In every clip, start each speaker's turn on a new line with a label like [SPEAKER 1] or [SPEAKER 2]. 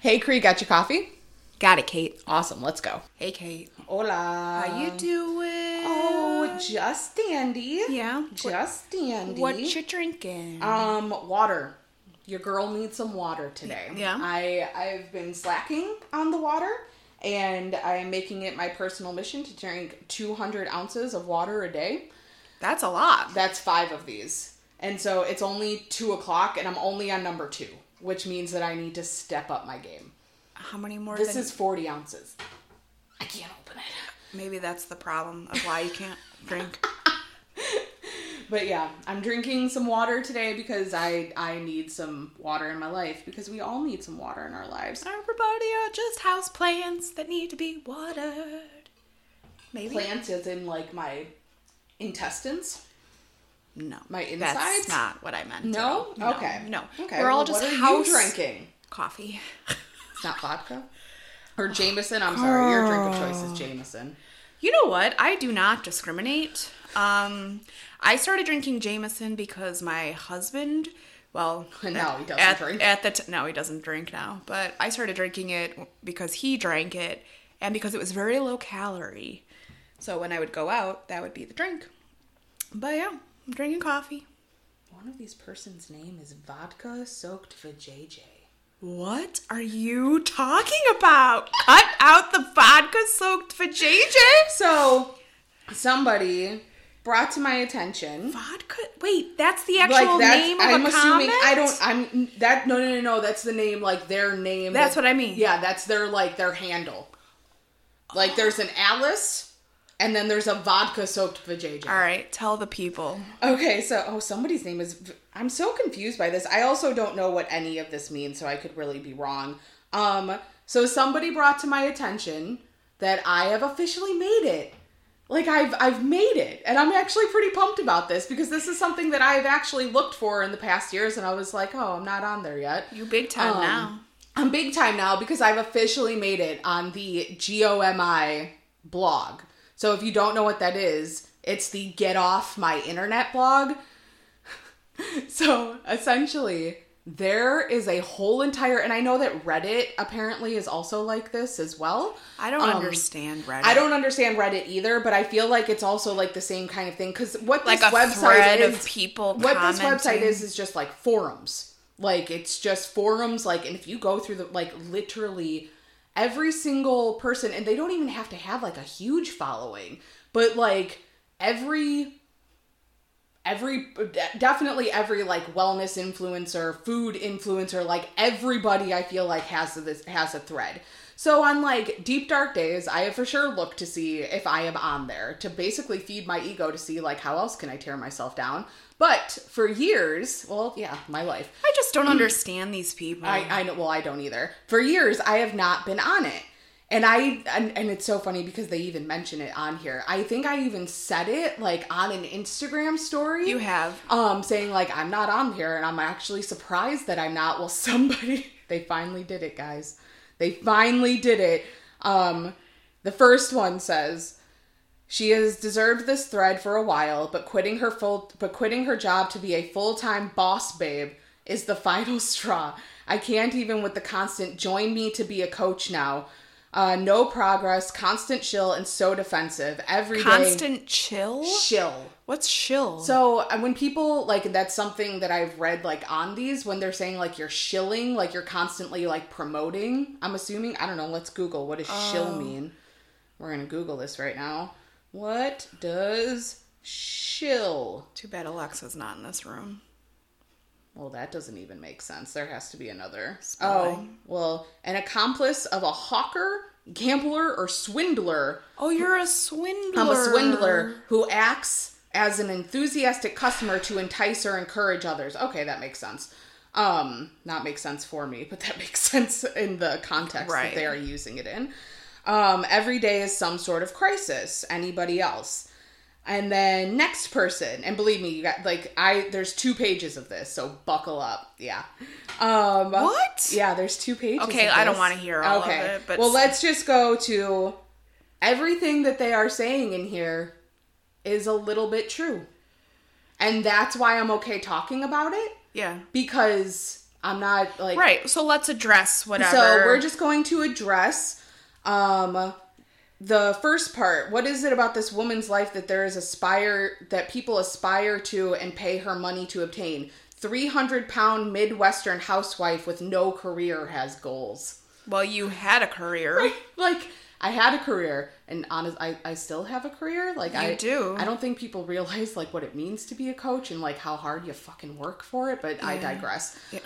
[SPEAKER 1] Hey, Cree, got your coffee?
[SPEAKER 2] Got it, Kate.
[SPEAKER 1] Awesome. Let's go.
[SPEAKER 2] Hey, Kate. Um,
[SPEAKER 1] Hola.
[SPEAKER 2] How you doing?
[SPEAKER 1] Oh, just dandy.
[SPEAKER 2] Yeah?
[SPEAKER 1] Just dandy.
[SPEAKER 2] What you drinking?
[SPEAKER 1] Um, water. Your girl needs some water today.
[SPEAKER 2] Yeah.
[SPEAKER 1] I I've been slacking on the water, and I'm making it my personal mission to drink 200 ounces of water a day.
[SPEAKER 2] That's a lot.
[SPEAKER 1] That's five of these, and so it's only two o'clock, and I'm only on number two, which means that I need to step up my game.
[SPEAKER 2] How many more?
[SPEAKER 1] This
[SPEAKER 2] than-
[SPEAKER 1] is 40 ounces. I can't open it.
[SPEAKER 2] maybe that's the problem of why you can't drink.
[SPEAKER 1] But yeah, I'm drinking some water today because I I need some water in my life because we all need some water in our lives.
[SPEAKER 2] Everybody are just house plants that need to be watered. Maybe
[SPEAKER 1] Plants is in like my intestines.
[SPEAKER 2] no.
[SPEAKER 1] My insides?
[SPEAKER 2] That's not what I meant. at
[SPEAKER 1] No?
[SPEAKER 2] all. No.
[SPEAKER 1] Okay.
[SPEAKER 2] No.
[SPEAKER 1] Okay.
[SPEAKER 2] We're all
[SPEAKER 1] well,
[SPEAKER 2] just
[SPEAKER 1] what are
[SPEAKER 2] house
[SPEAKER 1] you drinking.
[SPEAKER 2] coffee.
[SPEAKER 1] It's not vodka. Or Jameson, I'm sorry. Your drink of choice
[SPEAKER 2] Oh.
[SPEAKER 1] is Jameson.
[SPEAKER 2] You know what? I do not discriminate. Um, I started drinking Jameson because my husband, well,
[SPEAKER 1] No, he doesn't
[SPEAKER 2] at,
[SPEAKER 1] drink.
[SPEAKER 2] At the t- no, he doesn't drink now. But I started drinking it because he drank it, and because it was very low calorie. So when I would go out, that would be the drink. But yeah, I'm drinking coffee.
[SPEAKER 1] One of these person's name is vodka soaked for JJ.
[SPEAKER 2] What are you talking about? Cut out the vodka soaked for JJ.
[SPEAKER 1] So somebody brought to my attention
[SPEAKER 2] Vodka. Wait, that's the actual name of a comment.
[SPEAKER 1] I don't. I'm that. No, no, no, no. That's the name. Like their name.
[SPEAKER 2] That's
[SPEAKER 1] like-
[SPEAKER 2] what I mean.
[SPEAKER 1] Yeah, that's their like their handle. Like there's an Alice, and then there's a vodka soaked vajayjay.
[SPEAKER 2] All right, tell the people.
[SPEAKER 1] Okay, so oh, somebody's name is. V- I'm so confused by this. I also don't know what any of this means, so I could really be wrong. Um, so somebody brought to my attention that I have officially made it. Like I've I've made it, and I'm actually pretty pumped about this because this is something that I've actually looked for in the past years, and I was like, oh, I'm not on there yet.
[SPEAKER 2] You big time
[SPEAKER 1] Um,
[SPEAKER 2] now.
[SPEAKER 1] I'm big time now because I've officially made it on the GOMI blog. So if you don't know what that is, it's the Get Off My Internet blog. so essentially, there is a whole entire, and I know that Reddit apparently is also like this as well.
[SPEAKER 2] I don't
[SPEAKER 1] um,
[SPEAKER 2] understand Reddit.
[SPEAKER 1] I don't understand Reddit either, but I feel like it's also like the same kind of thing because what
[SPEAKER 2] like
[SPEAKER 1] this
[SPEAKER 2] a
[SPEAKER 1] website
[SPEAKER 2] thread
[SPEAKER 1] is,
[SPEAKER 2] of people.
[SPEAKER 1] what
[SPEAKER 2] commenting.
[SPEAKER 1] this website is is just like forums like it's just forums like and if you go through the like literally every single person and they don't even have to have like a huge following but like every every de- definitely every like wellness influencer food influencer like everybody i feel like has this has a thread so on like deep dark days i have for sure looked to see if i am on there to basically feed my ego to see like how else can i tear myself down but for years well yeah my life
[SPEAKER 2] I just don't understand these people.
[SPEAKER 1] I, I know. Well, I don't either. For years, I have not been on it, and I and, and it's so funny because they even mention it on here. I think I even said it like on an Instagram story.
[SPEAKER 2] you have.
[SPEAKER 1] um saying like I'm not on here, and I'm actually surprised that I'm not. Well, somebody they finally did it, guys. They finally did it. Um, the first one says. She has deserved this thread for a while, but quitting her full but quitting her job to be a full-time boss babe is the final straw. I can't even with the constant join me to be a coach now. Uh, no progress, constant chill, and so defensive. Every day
[SPEAKER 2] Constant chill.
[SPEAKER 1] chill.
[SPEAKER 2] What's chill?
[SPEAKER 1] So uh, when people like that's something that I've read like on these when they're saying like you're shilling, like you're constantly like promoting. I'm assuming I don't know. Let's Google what does shill mean. We're gonna Google this right now. What does shill?
[SPEAKER 2] Too bad Alexa's not in this room.
[SPEAKER 1] Well, that doesn't even make sense. There has to be another. Oh,
[SPEAKER 2] Spelling.
[SPEAKER 1] well, an accomplice of a hawker, gambler, or swindler.
[SPEAKER 2] Oh, you're a swindler.
[SPEAKER 1] I'm a swindler who acts as an enthusiastic customer to entice or encourage others. Okay, that makes sense. Um, not makes sense for me, but that makes sense in the context
[SPEAKER 2] Right.
[SPEAKER 1] that they are using it in. Um, every day is some sort of crisis. Anybody else? And then next person, and believe me, you got like I. There's two pages of this, so buckle up. Yeah. Um,
[SPEAKER 2] What?
[SPEAKER 1] Yeah, there's two pages.
[SPEAKER 2] Okay,
[SPEAKER 1] of
[SPEAKER 2] I don't
[SPEAKER 1] this.
[SPEAKER 2] wanna hear all of it, but-
[SPEAKER 1] well, let's just go to everything that they are saying in here is a little bit true. And that's why I'm okay talking about it
[SPEAKER 2] Yeah.
[SPEAKER 1] because I'm not like
[SPEAKER 2] Right. So let's address whatever.
[SPEAKER 1] So we're just going to address um, the first part. What is it about this woman's life that there is aspire that people aspire to and pay her money to obtain? Three hundred pound Midwestern housewife with no career has goals.
[SPEAKER 2] well, you had a career.
[SPEAKER 1] Like I had a career, and honest, I, I still have a career. Like I
[SPEAKER 2] do.
[SPEAKER 1] I don't think people realize like what it means to be a coach and like how hard you fucking work for it. But I digress. Um.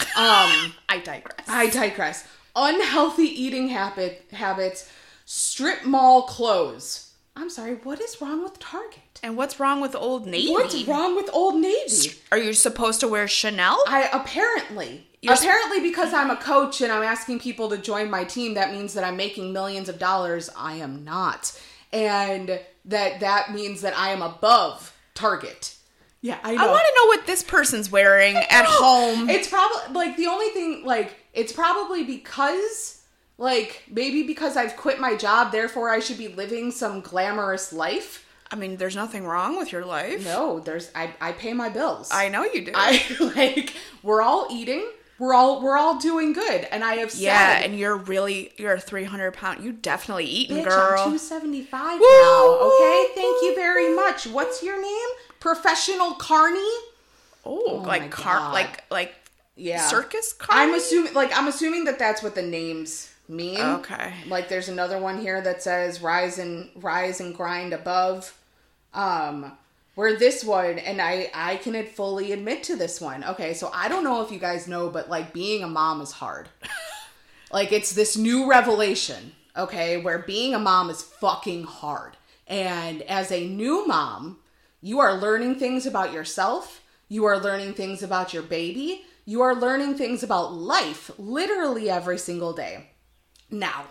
[SPEAKER 2] I digress.
[SPEAKER 1] I digress. Unhealthy eating habit habits, strip mall clothes. I'm sorry, what is wrong with Target?
[SPEAKER 2] and what's wrong with Old Navy?
[SPEAKER 1] What's wrong with Old Navy?
[SPEAKER 2] Are you supposed to wear Chanel?
[SPEAKER 1] I apparently
[SPEAKER 2] You're s-
[SPEAKER 1] apparently because I'm a coach and I'm asking people to join my team, that means that I'm making millions of dollars. I am not. And that that means that I am above Target. Yeah,
[SPEAKER 2] I want to know Um, what this person's wearing at home.
[SPEAKER 1] It's probably like the only thing like it's probably because like maybe because I've quit my job, therefore I should be living some glamorous life.
[SPEAKER 2] I mean, there's nothing wrong with your life.
[SPEAKER 1] No, there's I I pay my bills.
[SPEAKER 2] I know you do.
[SPEAKER 1] I like we're all eating. We're all we're all doing good, and I have
[SPEAKER 2] yeah,
[SPEAKER 1] said,
[SPEAKER 2] and you're really you're a 300 pound. You definitely eating,
[SPEAKER 1] bitch,
[SPEAKER 2] girl.
[SPEAKER 1] I'm 275 now.
[SPEAKER 2] Woo,
[SPEAKER 1] Okay,
[SPEAKER 2] woo,
[SPEAKER 1] thank you
[SPEAKER 2] woo,
[SPEAKER 1] very much. What's your name? Professional Carney.
[SPEAKER 2] oh,
[SPEAKER 1] my
[SPEAKER 2] like car,
[SPEAKER 1] God.
[SPEAKER 2] like like
[SPEAKER 1] Yeah,
[SPEAKER 2] circus car.
[SPEAKER 1] I'm assuming like I'm assuming that that's what the names mean.
[SPEAKER 2] Okay.
[SPEAKER 1] Like there's another one here that says rise and rise and grind above. Um where this one and I I can fully admit to this one. Okay, so I don't know if you guys know but like being a mom is hard. like it's this new revelation, okay, where being a mom is fucking hard. And as a new mom, you are learning things about yourself. You are learning things about your baby. You are learning things about life literally every single day. Now,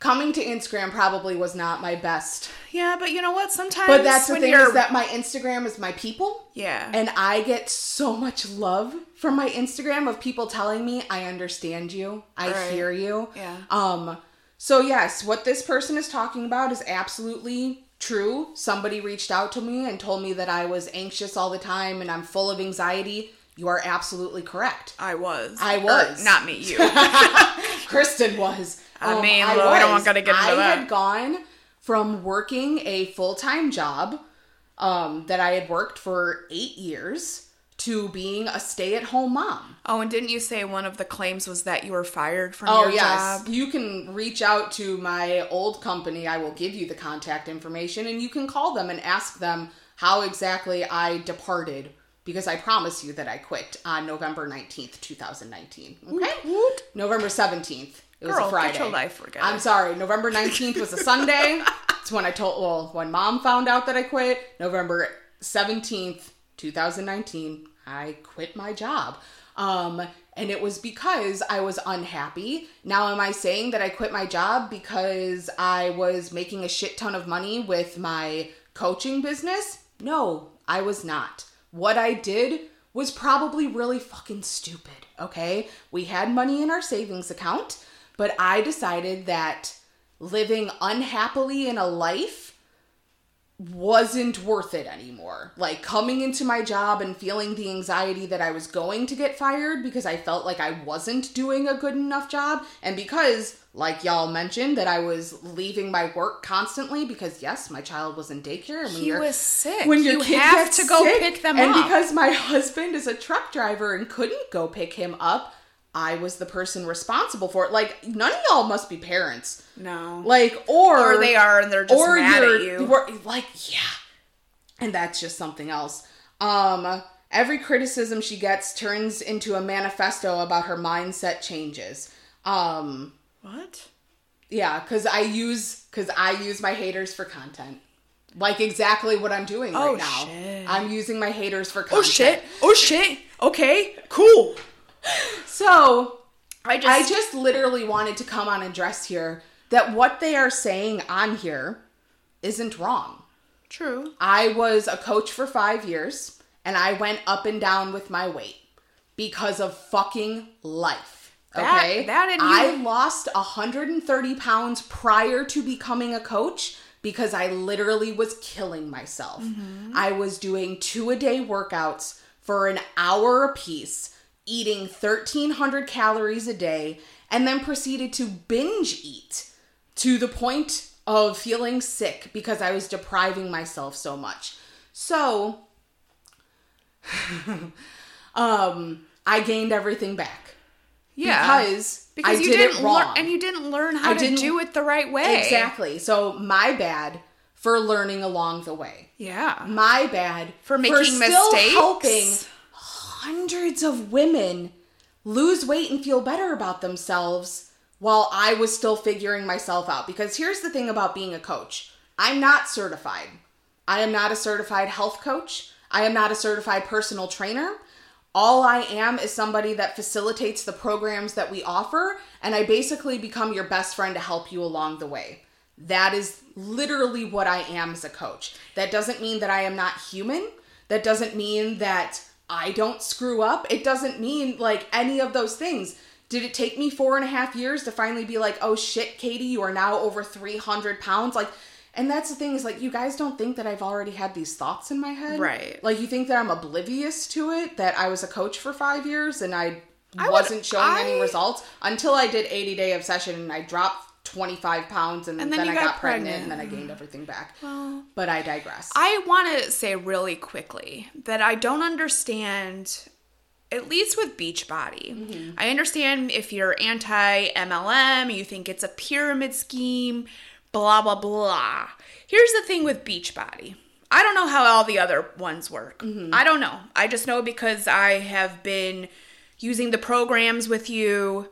[SPEAKER 1] coming to Instagram probably was not my best.
[SPEAKER 2] Yeah, but you know what? Sometimes
[SPEAKER 1] But that's the
[SPEAKER 2] when
[SPEAKER 1] thing
[SPEAKER 2] you're
[SPEAKER 1] is that my Instagram is my people.
[SPEAKER 2] yeah,
[SPEAKER 1] And I get so much love from my Instagram of people telling me, I understand you, I
[SPEAKER 2] Right.
[SPEAKER 1] hear you.
[SPEAKER 2] Yeah.
[SPEAKER 1] Um, so yes, what this person is talking about is absolutely true. Somebody reached out to me and told me that I was anxious all the time and I'm full of anxiety. You are absolutely correct.
[SPEAKER 2] I was.
[SPEAKER 1] I
[SPEAKER 2] Or
[SPEAKER 1] was.
[SPEAKER 2] not me. You.
[SPEAKER 1] Kristen was.
[SPEAKER 2] I mean, well, we don't
[SPEAKER 1] was.
[SPEAKER 2] gotta get into
[SPEAKER 1] I
[SPEAKER 2] that.
[SPEAKER 1] had gone from working a full time job um, that I had worked for eight years to being a stay at home mom.
[SPEAKER 2] oh, and didn't you say one of the claims was that you were fired from
[SPEAKER 1] Oh,
[SPEAKER 2] your
[SPEAKER 1] yes.
[SPEAKER 2] job?
[SPEAKER 1] You can reach out to my old company. I will give you the contact information and you can call them and ask them how exactly I departed because I promise you that I quit on November 19th, 2019. Okay?
[SPEAKER 2] Woot.
[SPEAKER 1] November 17th. It was a
[SPEAKER 2] Girl, get
[SPEAKER 1] Friday.
[SPEAKER 2] your life together.
[SPEAKER 1] I'm sorry. November 19th was a Sunday. it's when I told, well, when mom found out that I quit. November 17th, 2019, I quit my job. Um, and it was because I was unhappy. Now, am I saying that I quit my job because I was making a shit ton of money with my coaching business? No, I was not. What I did was probably really fucking stupid, okay? We had money in our savings account, but I decided that living unhappily in a life wasn't worth it anymore. Like coming into my job and feeling the anxiety that I was going to get fired because I felt like I wasn't doing a good enough job. And because, like y'all mentioned, that I was leaving my work constantly because, yes, my child was in daycare. And when
[SPEAKER 2] He
[SPEAKER 1] you're-
[SPEAKER 2] was sick.
[SPEAKER 1] when your
[SPEAKER 2] you
[SPEAKER 1] kid
[SPEAKER 2] have
[SPEAKER 1] gets
[SPEAKER 2] to go
[SPEAKER 1] sick,
[SPEAKER 2] pick them
[SPEAKER 1] and
[SPEAKER 2] up.
[SPEAKER 1] because my husband is a truck driver and couldn't go pick him up, I was the person responsible for it. Like none of y'all must be parents.
[SPEAKER 2] no.
[SPEAKER 1] Like or
[SPEAKER 2] or they are and they're just mad at
[SPEAKER 1] you're-
[SPEAKER 2] you.
[SPEAKER 1] were- like yeah, and that's just something else. Um, every criticism she gets turns into a manifesto about her mindset changes. Um,
[SPEAKER 2] What?
[SPEAKER 1] yeah, because I use because I use my haters for content. Like exactly what I'm doing
[SPEAKER 2] Oh,
[SPEAKER 1] right now.
[SPEAKER 2] shit.
[SPEAKER 1] I'm using my haters for content.
[SPEAKER 2] Oh shit. Oh shit. Okay. Cool.
[SPEAKER 1] So
[SPEAKER 2] I just,
[SPEAKER 1] I just literally wanted to come on and dress here that what they are saying on here isn't wrong.
[SPEAKER 2] true.
[SPEAKER 1] I was a coach for five years and I went up and down with my weight because of fucking life.
[SPEAKER 2] That-
[SPEAKER 1] Okay.
[SPEAKER 2] that and
[SPEAKER 1] I
[SPEAKER 2] you-
[SPEAKER 1] lost 130 pounds prior to becoming a coach because I literally was killing
[SPEAKER 2] Mm-hmm.
[SPEAKER 1] myself. I was doing two a day workouts for an hour apiece eating 1,300 calories a day, and then proceeded to binge eat to the point of feeling sick because I was depriving myself so much. So, um, I gained everything back
[SPEAKER 2] Yeah.
[SPEAKER 1] because,
[SPEAKER 2] because
[SPEAKER 1] I
[SPEAKER 2] you
[SPEAKER 1] did
[SPEAKER 2] didn't
[SPEAKER 1] it wrong.
[SPEAKER 2] learn and you didn't learn how
[SPEAKER 1] I
[SPEAKER 2] to
[SPEAKER 1] didn't-
[SPEAKER 2] do it the right way.
[SPEAKER 1] Exactly. So my bad for learning along the way.
[SPEAKER 2] Yeah.
[SPEAKER 1] My bad
[SPEAKER 2] For making
[SPEAKER 1] still
[SPEAKER 2] mistakes.
[SPEAKER 1] helping hundreds of women lose weight and feel better about themselves while I was still figuring myself out. Because here's the thing about being a coach I'm not certified. I am not a certified health coach. I am not a certified personal trainer. All I am is somebody that facilitates the programs that we offer, and I basically become your best friend to help you along the way. That is literally what I am as a coach. That doesn't mean that I am not human. That doesn't mean that I don't screw up. It doesn't mean like any of those things. Did it take me four and a half years to finally be like, oh shit, Katie, you are now over 300 pounds? Like, and that's the thing is like, you guys don't think that I've already had these thoughts in my head.
[SPEAKER 2] Right.
[SPEAKER 1] Like, you think that I'm oblivious to it, that I was a coach for five years and I,
[SPEAKER 2] I would-
[SPEAKER 1] wasn't showing any
[SPEAKER 2] I-
[SPEAKER 1] results until I did 80 day obsession and I dropped 25 pounds and,
[SPEAKER 2] And
[SPEAKER 1] then,
[SPEAKER 2] then you
[SPEAKER 1] I got,
[SPEAKER 2] got
[SPEAKER 1] pregnant,
[SPEAKER 2] pregnant.
[SPEAKER 1] and then I gained everything back. but I digress.
[SPEAKER 2] I want to say really quickly that I don't understand, at least with Beachbody. I understand if you're anti MLM, you think it's a pyramid scheme, blah, blah, blah. Here's the thing with Beachbody I don't know how all the other ones work. I don't know. I just know because I have been using the programs with you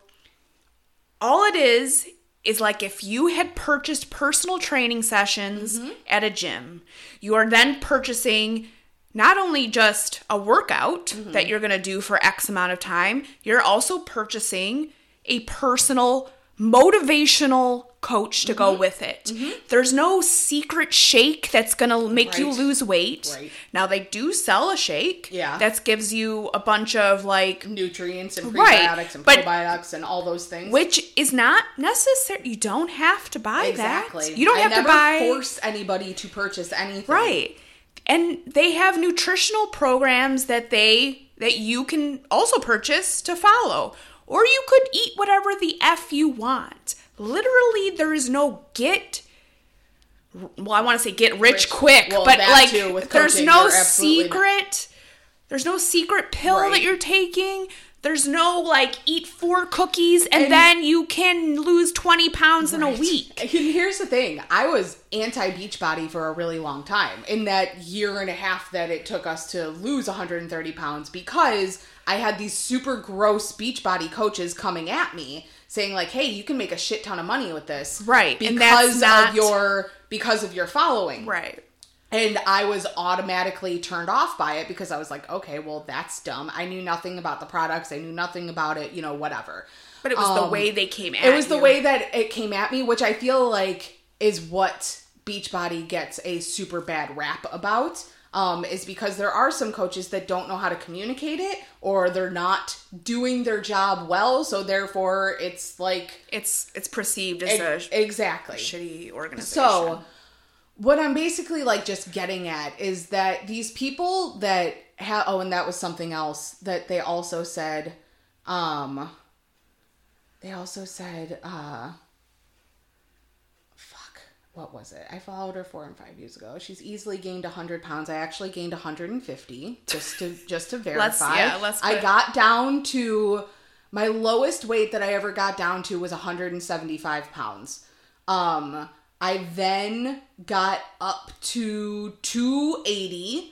[SPEAKER 2] all it is is like if you had purchased personal training sessions
[SPEAKER 1] Mm-hmm.
[SPEAKER 2] at a gym, you are then purchasing not only just a workout
[SPEAKER 1] Mm-hmm.
[SPEAKER 2] that you're going to do for X amount of time, you're also purchasing a personal motivational coach to
[SPEAKER 1] Mm-hmm.
[SPEAKER 2] go with it. There's no secret shake that's going to make you
[SPEAKER 1] Right.
[SPEAKER 2] lose weight.
[SPEAKER 1] Right.
[SPEAKER 2] Now they do sell a shake
[SPEAKER 1] Yeah.
[SPEAKER 2] that gives you a bunch of like
[SPEAKER 1] nutrients and prebiotics
[SPEAKER 2] Right,
[SPEAKER 1] and
[SPEAKER 2] but-
[SPEAKER 1] probiotics and all those things.
[SPEAKER 2] which is not necessary. You don't have to buy
[SPEAKER 1] exactly.
[SPEAKER 2] that. You don't
[SPEAKER 1] I
[SPEAKER 2] have
[SPEAKER 1] never
[SPEAKER 2] to buy
[SPEAKER 1] force anybody to purchase anything.
[SPEAKER 2] right. And they have nutritional programs that they that you can also purchase to follow. Or you could eat whatever the f you want. Literally, there is no get. Well, I want to say get rich,
[SPEAKER 1] Rich-
[SPEAKER 2] quick,
[SPEAKER 1] well,
[SPEAKER 2] but
[SPEAKER 1] that
[SPEAKER 2] like
[SPEAKER 1] too, with
[SPEAKER 2] there's
[SPEAKER 1] coaching,
[SPEAKER 2] no
[SPEAKER 1] you're absolutely
[SPEAKER 2] secret. There's no secret pill
[SPEAKER 1] Right.
[SPEAKER 2] that you're taking. There's no like eat four cookies and,
[SPEAKER 1] And-
[SPEAKER 2] then you can lose 20 pounds in a week.
[SPEAKER 1] And here's the thing: I was anti Beachbody for a really long time. In that year and a half that it took us to lose 130 pounds, because I had these super gross Beachbody coaches coming at me saying like, "Hey, you can make a shit ton of money with this,
[SPEAKER 2] Right,
[SPEAKER 1] Because
[SPEAKER 2] and that's
[SPEAKER 1] of
[SPEAKER 2] not-
[SPEAKER 1] your because of your following,
[SPEAKER 2] Right.
[SPEAKER 1] And I was automatically turned off by it because I was like, okay, well, that's dumb. I knew nothing about the products. I knew nothing about it, you know, whatever.
[SPEAKER 2] But it was
[SPEAKER 1] Um,
[SPEAKER 2] the way they came at
[SPEAKER 1] It was the
[SPEAKER 2] you.
[SPEAKER 1] way that it came at me, which I feel like is what Beachbody gets a super bad rap about. Um, is because there are some coaches that don't know how to communicate it or they're not doing their job well, so therefore it's like
[SPEAKER 2] it's it's perceived as a sh-
[SPEAKER 1] exactly.
[SPEAKER 2] shitty organization.
[SPEAKER 1] So, what I'm basically like just getting at is that these people that have oh, and that was something else that they also said. Um, they also said, uh, fuck, what was it? I followed her four and five years ago. She's easily gained 100 pounds. I actually gained 150 just to just to verify.
[SPEAKER 2] yeah, let's
[SPEAKER 1] I
[SPEAKER 2] put-
[SPEAKER 1] got down to my lowest weight that I ever got down to was 175 pounds. Um, I then got up to 280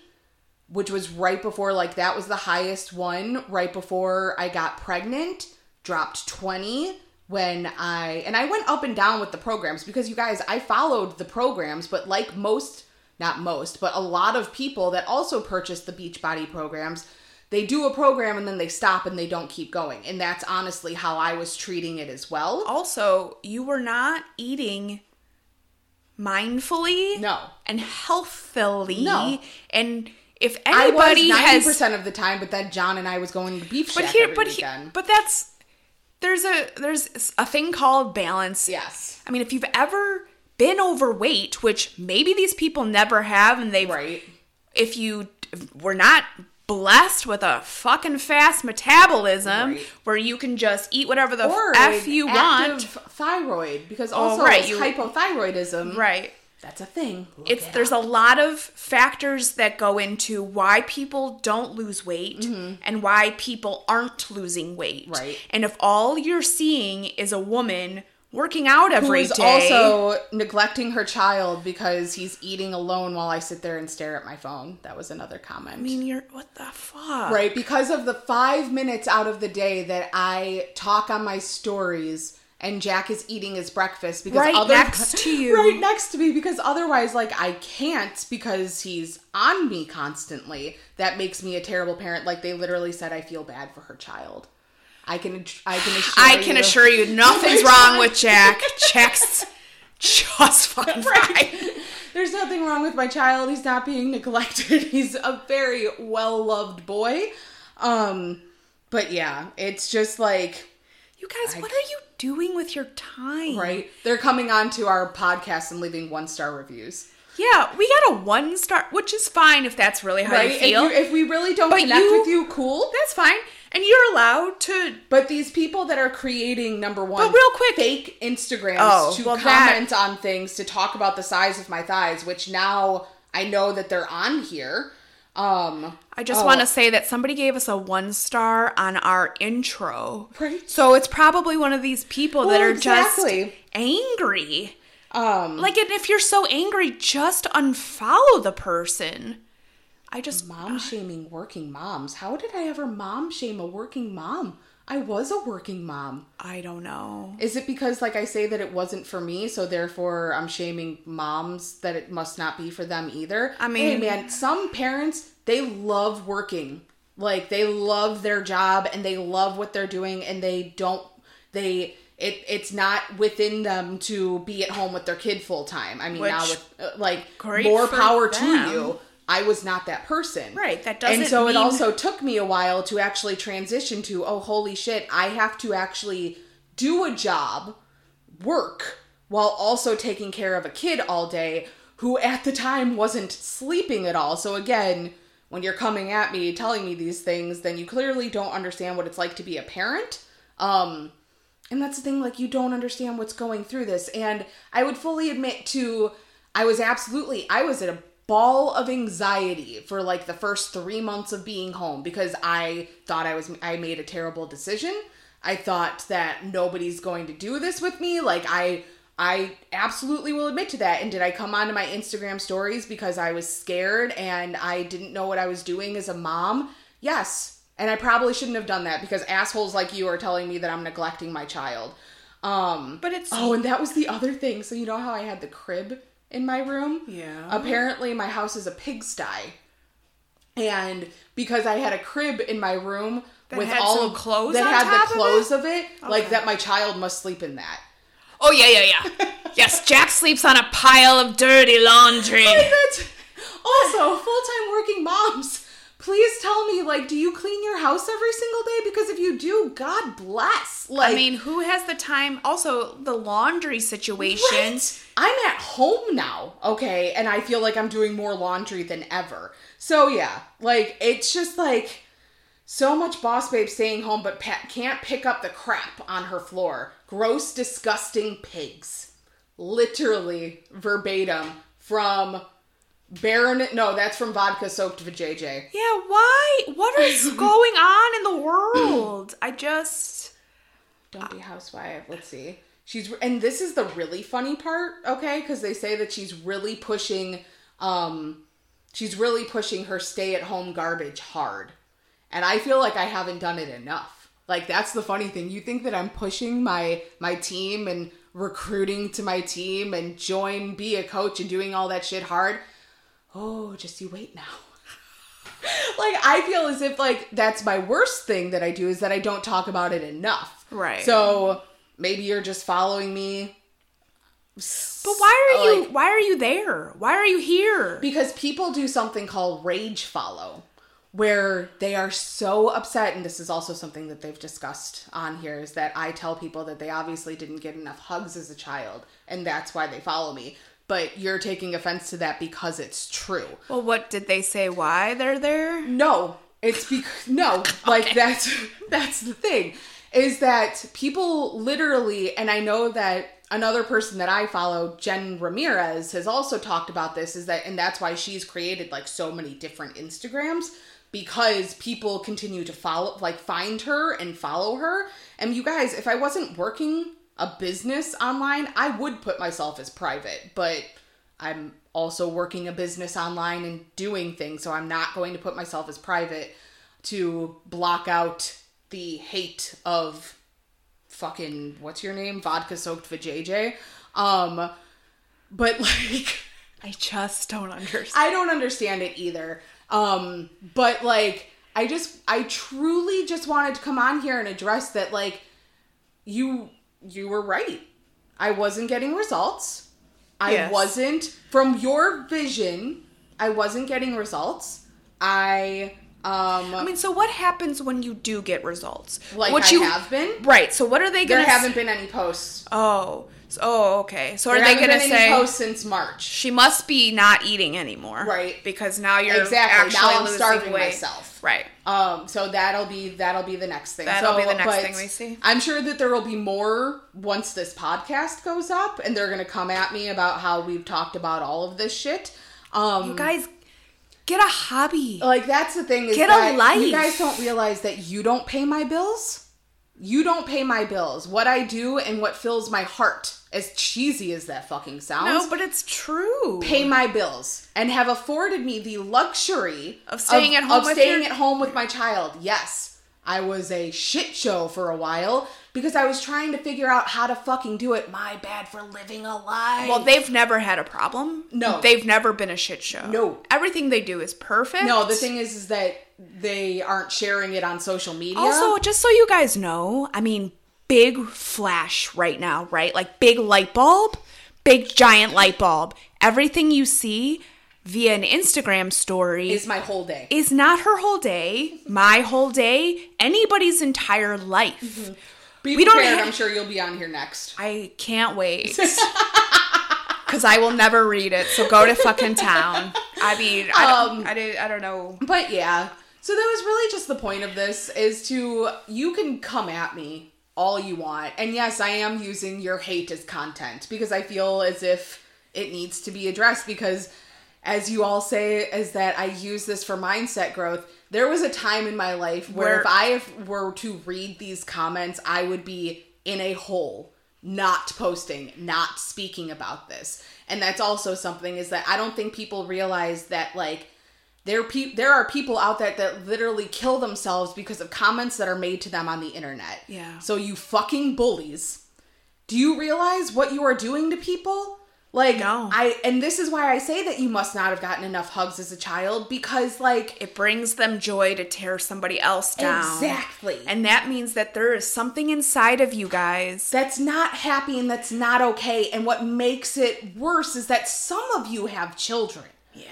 [SPEAKER 1] which was right before like that was the highest one right before I got pregnant, dropped 20 when I and I went up and down with the programs because you guys, I followed the programs, but like most not most, but a lot of people that also purchased the Beachbody programs, they do a program and then they stop and they don't keep going. And that's honestly how I was treating it as well.
[SPEAKER 2] also, you were not eating mindfully
[SPEAKER 1] No.
[SPEAKER 2] and healthfully
[SPEAKER 1] No.
[SPEAKER 2] and if
[SPEAKER 1] I was
[SPEAKER 2] anybody
[SPEAKER 1] 90%
[SPEAKER 2] has
[SPEAKER 1] of the time, but then John and I was going to Beef Shack
[SPEAKER 2] but here
[SPEAKER 1] every
[SPEAKER 2] but he,
[SPEAKER 1] weekend.
[SPEAKER 2] but that's there's a there's a thing called balance
[SPEAKER 1] yes.
[SPEAKER 2] I mean, if you've ever been overweight, which maybe these people never have, and they've,
[SPEAKER 1] Right.
[SPEAKER 2] if you were not blessed with a fucking fast metabolism
[SPEAKER 1] Right.
[SPEAKER 2] where you can just eat whatever the
[SPEAKER 1] Or
[SPEAKER 2] f
[SPEAKER 1] an
[SPEAKER 2] you want.
[SPEAKER 1] active thyroid because also
[SPEAKER 2] right,
[SPEAKER 1] it's
[SPEAKER 2] you-
[SPEAKER 1] hypothyroidism.
[SPEAKER 2] Right.
[SPEAKER 1] That's a thing. Look
[SPEAKER 2] It's
[SPEAKER 1] it
[SPEAKER 2] there's
[SPEAKER 1] up.
[SPEAKER 2] a lot of factors that go into why people don't lose weight and why people aren't losing weight.
[SPEAKER 1] Mm-hmm. Right.
[SPEAKER 2] And if all you're seeing is a woman working out
[SPEAKER 1] who
[SPEAKER 2] every
[SPEAKER 1] is
[SPEAKER 2] day,
[SPEAKER 1] also neglecting her child because he's eating alone while I sit there and stare at my phone. That was another comment.
[SPEAKER 2] I mean, you're what the fuck?
[SPEAKER 1] Right, because of the five minutes out of the day that I talk on my stories and Jack is eating his breakfast because
[SPEAKER 2] Right
[SPEAKER 1] other-
[SPEAKER 2] next to you.
[SPEAKER 1] right next to me because otherwise like I can't because he's on me constantly. That makes me a terrible parent. Like they literally said, I feel bad for her child. I can I can assure
[SPEAKER 2] I can
[SPEAKER 1] you-
[SPEAKER 2] assure you, nothing's
[SPEAKER 1] my
[SPEAKER 2] wrong
[SPEAKER 1] God.
[SPEAKER 2] with Jack. Jack's just fucking fine.
[SPEAKER 1] There's nothing wrong with my child. He's not being neglected. He's a very well loved boy. Um, but yeah, it's just like
[SPEAKER 2] You guys, what are you doing with your time?
[SPEAKER 1] right. They're coming onto our podcast and leaving one star reviews.
[SPEAKER 2] Yeah, we got a one star, which is fine if that's really how
[SPEAKER 1] Right?
[SPEAKER 2] you
[SPEAKER 1] If,
[SPEAKER 2] feel.
[SPEAKER 1] you, if we really don't
[SPEAKER 2] But
[SPEAKER 1] connect
[SPEAKER 2] you-
[SPEAKER 1] with you, cool.
[SPEAKER 2] that's fine, and you're allowed to.
[SPEAKER 1] But these people that are creating number one,
[SPEAKER 2] But real quick-
[SPEAKER 1] fake Instagrams
[SPEAKER 2] Oh,
[SPEAKER 1] to
[SPEAKER 2] well, that-
[SPEAKER 1] comment on things to talk about the size of my thighs, which now I know that they're on here. Um,
[SPEAKER 2] I just
[SPEAKER 1] Oh.
[SPEAKER 2] want to say that somebody gave us a one star on our intro,
[SPEAKER 1] Right.
[SPEAKER 2] So it's probably one of these people that
[SPEAKER 1] Well,
[SPEAKER 2] are
[SPEAKER 1] exactly.
[SPEAKER 2] just angry.
[SPEAKER 1] um,
[SPEAKER 2] Like, and if you're so angry, just unfollow the person. I just
[SPEAKER 1] Mom shaming working moms. How did I ever mom shame a working mom? I was a working mom.
[SPEAKER 2] I don't know.
[SPEAKER 1] Is it because, like, I say that it wasn't for me, so therefore I'm shaming moms that it must not be for them either?
[SPEAKER 2] I mean-
[SPEAKER 1] hey, man, some parents, they love working. Like, they love their job and they love what they're doing and they don't, they, it, it's not within them to be at home with their kid full time. I mean, now
[SPEAKER 2] Which-
[SPEAKER 1] with, uh, like,
[SPEAKER 2] Great
[SPEAKER 1] more
[SPEAKER 2] for
[SPEAKER 1] power
[SPEAKER 2] them.
[SPEAKER 1] to you. I was not that person.
[SPEAKER 2] Right, that doesn't
[SPEAKER 1] And so
[SPEAKER 2] mean-
[SPEAKER 1] it also took me a while to actually transition to, oh holy shit, I have to actually do a job, work, while also taking care of a kid all day who at the time wasn't sleeping at all. So again, when you're coming at me telling me these things, then you clearly don't understand what it's like to be a parent. Um and that's the thing, like, you don't understand what's going through this. And I would fully admit to, I was absolutely, I was at a ball of anxiety for like the first three months of being home because I thought I was, I made a terrible decision. I thought that nobody's going to do this with me. Like, I, I absolutely will admit to that. And did I come onto my Instagram stories because I was scared and I didn't know what I was doing as a mom? Yes. And I probably shouldn't have done that because assholes like you are telling me that I'm neglecting my child. Um
[SPEAKER 2] But it's
[SPEAKER 1] Oh, and that was the other thing. So you know how I had the crib in my room?
[SPEAKER 2] Yeah.
[SPEAKER 1] Apparently my house is a pigsty. And because I had a crib in my room with
[SPEAKER 2] had
[SPEAKER 1] all
[SPEAKER 2] some
[SPEAKER 1] of
[SPEAKER 2] clothes
[SPEAKER 1] that
[SPEAKER 2] on
[SPEAKER 1] had
[SPEAKER 2] top of
[SPEAKER 1] the
[SPEAKER 2] it?
[SPEAKER 1] clothes of it, like that my child must sleep in that.
[SPEAKER 2] Oh yeah, yeah, yeah. yes, Jack sleeps on a pile of dirty laundry.
[SPEAKER 1] That's also full-time working moms. Please tell me, like, do you clean your house every single day? Because if you do, God bless. Like,
[SPEAKER 2] I mean, who has the time? Also, the laundry situation.
[SPEAKER 1] Right? I'm at home now, okay, and I feel like I'm doing more laundry than ever. So yeah, like it's just like so much boss babe staying home, but Pat can't pick up the crap on her floor. Gross, disgusting pigs. Literally verbatim from Baron. No, that's from vodka soaked vajayjay.
[SPEAKER 2] Yeah, why? What is going on in the world? I just
[SPEAKER 1] Don't be housewife. Let's see. She's and this is the really funny part, okay? Because they say that she's really pushing, um, she's really pushing her stay-at-home garbage hard, and I feel like I haven't done it enough. Like that's the funny thing. You think that I'm pushing my my team and recruiting to my team and join, be a coach, and doing all that shit hard. Oh, just you wait now. like I feel as if like that's my worst thing that I do is that I don't talk about it enough.
[SPEAKER 2] Right.
[SPEAKER 1] So maybe you're just following me
[SPEAKER 2] But why are you
[SPEAKER 1] Like-
[SPEAKER 2] why are you there? Why are you here?
[SPEAKER 1] because people do something called rage follow where they are so upset and this is also something that they've discussed on here is that I tell people that they obviously didn't get enough hugs as a child and that's why they follow me. But you're taking offense to that because it's true. Mm.
[SPEAKER 2] well, what did they say why they're there?
[SPEAKER 1] No, It's because no, like that's that's the thing is that people literally, and I know that another person that I follow, Jen Ramirez, has also talked about this. Is that and that's why she's created like so many different Instagrams because people continue to follow, like find her and follow her. And you guys, if I wasn't working a business online, I would put myself as private, but I'm also working a business online and doing things, so I'm not going to put myself as private to block out the hate of fucking what's your name? Vodka soaked vajayjay. Um but like
[SPEAKER 2] I just don't understand.
[SPEAKER 1] I don't understand it either. Um, but like, I just, I truly just wanted to come on here and address that, like, you, you were right. I wasn't getting results. I
[SPEAKER 2] Yes.
[SPEAKER 1] wasn't, from your vision, I wasn't getting results. I, um,
[SPEAKER 2] I mean, so what happens when you do get results?
[SPEAKER 1] Like
[SPEAKER 2] what
[SPEAKER 1] I have been?
[SPEAKER 2] Right. So what are they
[SPEAKER 1] there
[SPEAKER 2] going to
[SPEAKER 1] haven't been any posts.
[SPEAKER 2] Oh. So, oh, okay. So
[SPEAKER 1] There
[SPEAKER 2] are they
[SPEAKER 1] haven't
[SPEAKER 2] going to
[SPEAKER 1] been any
[SPEAKER 2] say
[SPEAKER 1] posts since March?
[SPEAKER 2] she must be not eating anymore?
[SPEAKER 1] Right.
[SPEAKER 2] Because now you're
[SPEAKER 1] Exactly.
[SPEAKER 2] actually
[SPEAKER 1] Now I'm
[SPEAKER 2] losing
[SPEAKER 1] starving
[SPEAKER 2] weight.
[SPEAKER 1] myself.
[SPEAKER 2] Right.
[SPEAKER 1] Um, so that'll be that'll be the next thing.
[SPEAKER 2] That'll
[SPEAKER 1] So-
[SPEAKER 2] be the next
[SPEAKER 1] but
[SPEAKER 2] thing we see.
[SPEAKER 1] I'm sure that there will be more once this podcast goes up, and they're gonna come at me about how we've talked about all of this shit. Um,
[SPEAKER 2] Guys, get a hobby.
[SPEAKER 1] like that's the thing is
[SPEAKER 2] Get a
[SPEAKER 1] that you
[SPEAKER 2] life.
[SPEAKER 1] guys don't realize that you don't pay my bills. You don't pay my bills. What I do and what fills my heart, as cheesy as that fucking sounds,
[SPEAKER 2] no, but it's true.
[SPEAKER 1] pay my bills and have afforded me the luxury
[SPEAKER 2] Of staying at home
[SPEAKER 1] of
[SPEAKER 2] with
[SPEAKER 1] staying
[SPEAKER 2] your-
[SPEAKER 1] at home with my child. Yes, I was a shit show for a while because I was trying to figure out how to fucking do it. My bad for living a lie.
[SPEAKER 2] Well, they've never had a problem.
[SPEAKER 1] No.
[SPEAKER 2] They've never been a shit show.
[SPEAKER 1] No.
[SPEAKER 2] Everything they do is perfect.
[SPEAKER 1] no, the thing is, is that they aren't sharing it on social media.
[SPEAKER 2] Also, just so you guys know, I mean, big flash right now, right? Like big light bulb, big giant light bulb. Everything you see via an Instagram story
[SPEAKER 1] is my whole day.
[SPEAKER 2] is not her whole day, my whole day, anybody's entire
[SPEAKER 1] Mm-hmm.
[SPEAKER 2] life.
[SPEAKER 1] Be
[SPEAKER 2] we don't
[SPEAKER 1] prepared.
[SPEAKER 2] have-
[SPEAKER 1] I'm sure you'll be on here next.
[SPEAKER 2] I can't wait. Cause I will never read it, so go to fucking town. I mean, I don't,
[SPEAKER 1] Um,
[SPEAKER 2] I, did, I don't know.
[SPEAKER 1] But yeah, so that was really just the point of this is to you can come at me all you want. And yes, I am using your hate as content because I feel as if it needs to be addressed because as you all say is that I use this for mindset growth. There was a time in my life where,
[SPEAKER 2] Where-
[SPEAKER 1] if I if- were to read these comments, I would be in a hole, not posting, not speaking about this. And that's also something is that I don't think people realize that like there pe- there are people out there that literally kill themselves because of comments that are made to them on the internet.
[SPEAKER 2] Yeah.
[SPEAKER 1] So you fucking bullies. Do you realize what you are doing to people? Like
[SPEAKER 2] No.
[SPEAKER 1] I and this is why I say that you must not have gotten enough hugs as a child because like
[SPEAKER 2] It brings them joy to tear somebody else down.
[SPEAKER 1] exactly. And
[SPEAKER 2] And that means that there is something inside of you guys.
[SPEAKER 1] that's not happy and that's not okay and what makes it worse is that some of you have children.
[SPEAKER 2] Yeah.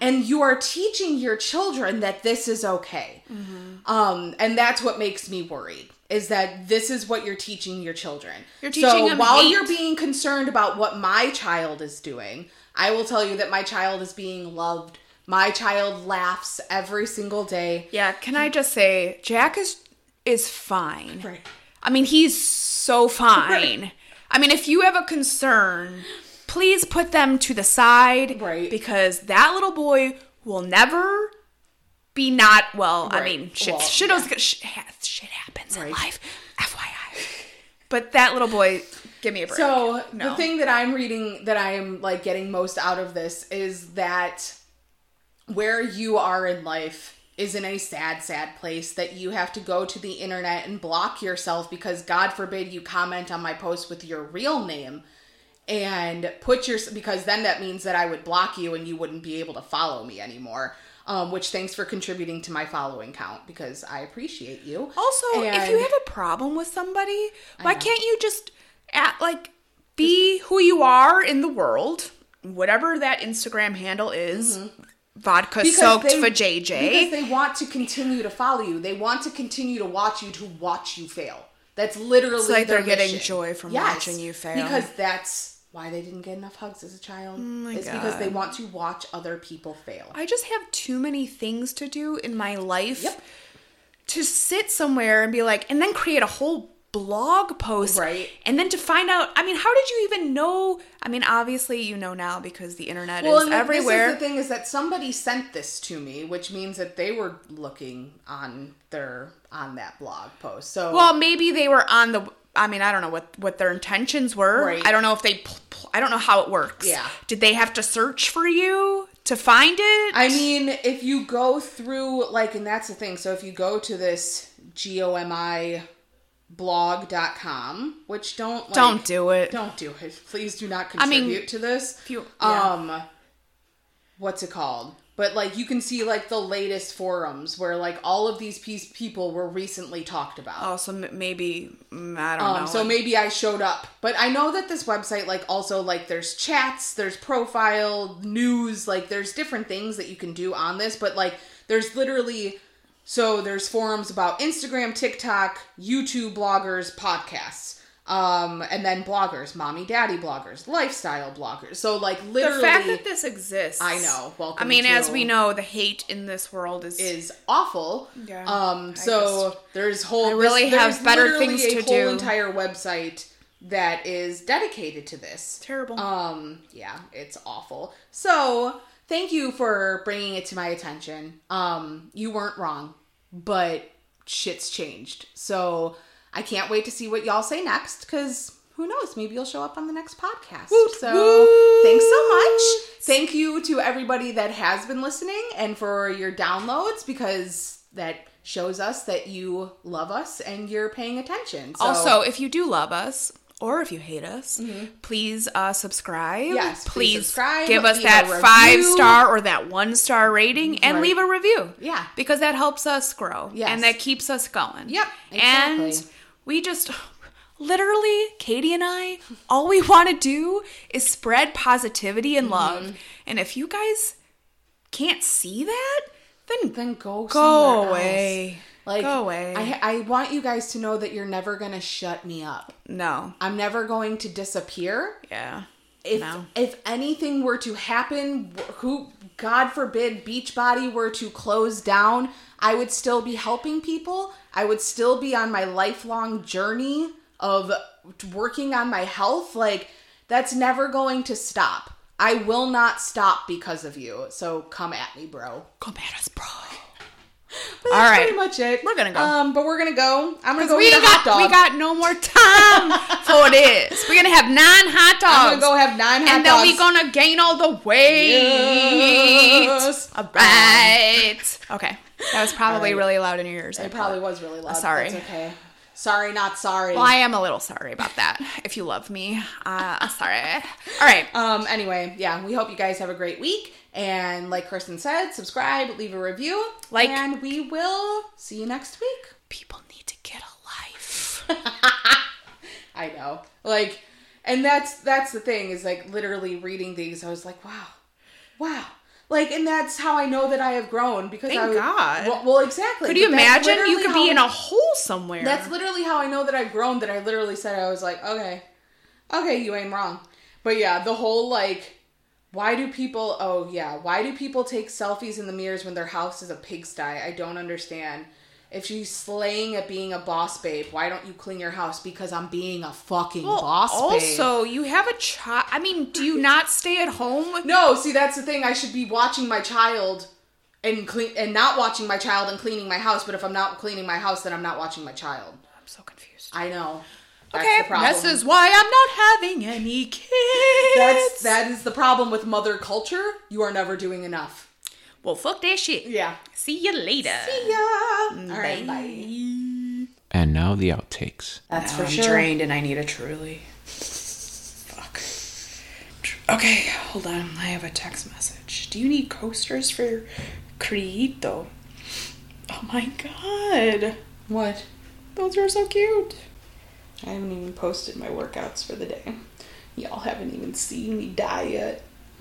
[SPEAKER 1] and you are teaching your children that this is okay
[SPEAKER 2] Mm-hmm.
[SPEAKER 1] um and that's what makes me worried is that this is what you're teaching your children
[SPEAKER 2] You're
[SPEAKER 1] so
[SPEAKER 2] teaching them
[SPEAKER 1] while
[SPEAKER 2] hate.
[SPEAKER 1] you're being concerned about what my child is doing i will tell you that my child is being loved my child laughs every single day
[SPEAKER 2] Yeah, can I just say Jack is is fine.
[SPEAKER 1] Right.
[SPEAKER 2] I mean, he's so fine. I mean, if you have a concern, please put them to the side
[SPEAKER 1] Right.
[SPEAKER 2] because that little boy will never be not well. I
[SPEAKER 1] Right.
[SPEAKER 2] mean, shit
[SPEAKER 1] Well,
[SPEAKER 2] shit, always gonna- shit, ha- shit happens
[SPEAKER 1] Right.
[SPEAKER 2] in life. FYI. But that little boy, give me a break.
[SPEAKER 1] So the
[SPEAKER 2] No.
[SPEAKER 1] thing that I'm reading that I'm like getting most out of this is that where you are in life is in a sad, sad place that you have to go to the internet and block yourself because God forbid you comment on my post with your real name and put your because then that means that I would block you and you wouldn't be able to follow me anymore. Um, which thanks for contributing to my following count because I appreciate you.
[SPEAKER 2] Also, if you
[SPEAKER 1] And-
[SPEAKER 2] have a problem with somebody, why can't you just act like be who you are in the world, whatever that Instagram handle is, vodka soaked for
[SPEAKER 1] Mm-hmm. Because
[SPEAKER 2] JJ.
[SPEAKER 1] they want to continue to follow you. They want to continue to watch you to watch you fail. That's literally
[SPEAKER 2] like
[SPEAKER 1] their
[SPEAKER 2] they're getting
[SPEAKER 1] mission.
[SPEAKER 2] joy from watching you fail. Oh
[SPEAKER 1] Because that's why they didn't get enough hugs as a child
[SPEAKER 2] my
[SPEAKER 1] is because they
[SPEAKER 2] God.
[SPEAKER 1] want to watch other people fail.
[SPEAKER 2] I just have too many things to do in my life
[SPEAKER 1] Yep.
[SPEAKER 2] to sit somewhere and be like, and then create a whole blog post.
[SPEAKER 1] Right.
[SPEAKER 2] And then to find out, I mean, how did you even know? I mean, obviously, you know now because the internet is
[SPEAKER 1] and
[SPEAKER 2] everywhere.
[SPEAKER 1] This is the thing is that somebody sent this to me, which means that they were looking on their on that blog post. So
[SPEAKER 2] well, maybe they were on the. I mean, I don't know what what their intentions were.
[SPEAKER 1] Right.
[SPEAKER 2] I don't know if they. pl- pl- I don't know how it works.
[SPEAKER 1] Yeah.
[SPEAKER 2] Did they have to search for you to find it?
[SPEAKER 1] I mean, if you go through like and that's the thing. So if you go to this GOMI blog.com, which don't like,
[SPEAKER 2] don't do it.
[SPEAKER 1] don't do it. Please do not
[SPEAKER 2] mean,
[SPEAKER 1] contribute to this.
[SPEAKER 2] if you- yeah.
[SPEAKER 1] um what's it called? But like you can see like the latest forums where like all of these piece people were recently talked about.
[SPEAKER 2] Also, m- maybe mm, I don't know.
[SPEAKER 1] Um, so maybe I showed up, but I know that this website, like, also like there's chats, there's profile news, like there's different things that you can do on this, but like there's literally so there's forums about Instagram, TikTok, YouTube bloggers, podcasts, um, and then bloggers, mommy, daddy bloggers, lifestyle bloggers. So like
[SPEAKER 2] the
[SPEAKER 1] literally
[SPEAKER 2] fact that this exists,
[SPEAKER 1] I know. Welcome
[SPEAKER 2] I mean, as
[SPEAKER 1] to-
[SPEAKER 2] we know, the hate in this world is.
[SPEAKER 1] is awful.
[SPEAKER 2] Yeah. I
[SPEAKER 1] Um. So there's whole.
[SPEAKER 2] I really
[SPEAKER 1] there's- there's
[SPEAKER 2] have better
[SPEAKER 1] literally
[SPEAKER 2] things
[SPEAKER 1] a
[SPEAKER 2] to
[SPEAKER 1] whole
[SPEAKER 2] do.
[SPEAKER 1] Entire website that is dedicated to this.
[SPEAKER 2] Terrible.
[SPEAKER 1] Um. Yeah. It's awful. So thank you for bringing it to my attention. Um. You weren't wrong, but shit's changed. So I can't wait to see what y'all say next because. Who knows? Maybe you'll show up on the next podcast. so, thanks so much. Thank you to everybody that has been listening and for your downloads because that shows us that you love us and you're paying attention. So, Mm-hmm.
[SPEAKER 2] also, if you do love us. Or if you hate us, please uh, subscribe.
[SPEAKER 1] Yes, please subscribe,
[SPEAKER 2] give us
[SPEAKER 1] leave
[SPEAKER 2] that
[SPEAKER 1] a
[SPEAKER 2] five
[SPEAKER 1] review.
[SPEAKER 2] star or that one star rating and
[SPEAKER 1] Right.
[SPEAKER 2] leave a review.
[SPEAKER 1] Yeah.
[SPEAKER 2] Because that helps us grow.
[SPEAKER 1] Yes.
[SPEAKER 2] And that keeps us going.
[SPEAKER 1] Yep,
[SPEAKER 2] And
[SPEAKER 1] exactly.
[SPEAKER 2] we just literally, Katie and I, all we want to do is spread positivity and
[SPEAKER 1] Mm-hmm.
[SPEAKER 2] love. And if you guys can't see that, then
[SPEAKER 1] then go
[SPEAKER 2] Go
[SPEAKER 1] somewhere
[SPEAKER 2] away.
[SPEAKER 1] else. Like
[SPEAKER 2] Go away.
[SPEAKER 1] I I want you guys to know that you're never gonna shut me up.
[SPEAKER 2] no.
[SPEAKER 1] I'm never going to disappear.
[SPEAKER 2] Yeah.
[SPEAKER 1] If
[SPEAKER 2] No.
[SPEAKER 1] if anything were to happen, who God forbid Beachbody were to close down, I would still be helping people. I would still be on my lifelong journey of working on my health. Like that's never going to stop. I will not stop because of you. So come at me, bro.
[SPEAKER 2] Come at us, bro.
[SPEAKER 1] But
[SPEAKER 2] All
[SPEAKER 1] that's
[SPEAKER 2] right.
[SPEAKER 1] pretty much it.
[SPEAKER 2] We're gonna go.
[SPEAKER 1] Um, but we're gonna go. I'm gonna go
[SPEAKER 2] we
[SPEAKER 1] eat a
[SPEAKER 2] got,
[SPEAKER 1] hot dog.
[SPEAKER 2] we got no more time for this. We're gonna have nine hot
[SPEAKER 1] I'm gonna
[SPEAKER 2] dogs.
[SPEAKER 1] go have nine hot
[SPEAKER 2] and then
[SPEAKER 1] dogs.
[SPEAKER 2] we gonna gain all the weight.
[SPEAKER 1] Yes.
[SPEAKER 2] All right. Okay. That was probably
[SPEAKER 1] All right.
[SPEAKER 2] really loud in your ears. I
[SPEAKER 1] It probably was really loud.
[SPEAKER 2] Sorry.
[SPEAKER 1] That's okay. Sorry, not sorry.
[SPEAKER 2] Well, I am a little sorry about that. If you love me, uh, sorry. All right.
[SPEAKER 1] Um, anyway, yeah, we hope you guys have a great week. And like Kristen said, subscribe, leave a review.
[SPEAKER 2] Like-
[SPEAKER 1] And we will see you next week.
[SPEAKER 2] People need to get a life.
[SPEAKER 1] I know. Like, and that's that's the thing is like literally reading these, I was like, wow, wow. Like, and that's how I know that I have grown because
[SPEAKER 2] Thank
[SPEAKER 1] I would-
[SPEAKER 2] God.
[SPEAKER 1] Well, well, exactly.
[SPEAKER 2] Could you
[SPEAKER 1] But that's
[SPEAKER 2] imagine? You
[SPEAKER 1] literally
[SPEAKER 2] could be
[SPEAKER 1] how-
[SPEAKER 2] in a hole somewhere.
[SPEAKER 1] That's literally how I know that I've grown. That I literally said I was like, okay, okay, you ain't wrong. But yeah, the whole like, why do people? Oh yeah, why do people take selfies in the mirrors when their house is a pigsty? I don't understand. If she's slaying at being a boss babe, why don't you clean your house? Because I'm being a fucking
[SPEAKER 2] Well,
[SPEAKER 1] boss babe.
[SPEAKER 2] also, you have a child. I mean, do you not stay at home with
[SPEAKER 1] No, see that's the thing. I should be watching my child and clean and not watching my child and cleaning my house. But if I'm not cleaning my house, then I'm not watching my child.
[SPEAKER 2] I'm so confused.
[SPEAKER 1] I know. That's
[SPEAKER 2] Okay,
[SPEAKER 1] the problem.
[SPEAKER 2] this is why I'm not having any kids.
[SPEAKER 1] That's that is the problem with mother culture. You are never doing enough. Uh,
[SPEAKER 2] Well, fuck that shit.
[SPEAKER 1] Yeah.
[SPEAKER 2] See you later.
[SPEAKER 1] Yeah.
[SPEAKER 2] Mm,
[SPEAKER 1] All right. Bye.
[SPEAKER 3] And now the outtakes.
[SPEAKER 1] That's
[SPEAKER 2] I'm drained and I need a truly. Fuck. Tr- Okay, hold on. I have a text message. Do you need coasters for your Creito? Oh my god.
[SPEAKER 1] What?
[SPEAKER 2] Those are so cute. I haven't even posted my workouts for the day. Y'all haven't even seen me die yet.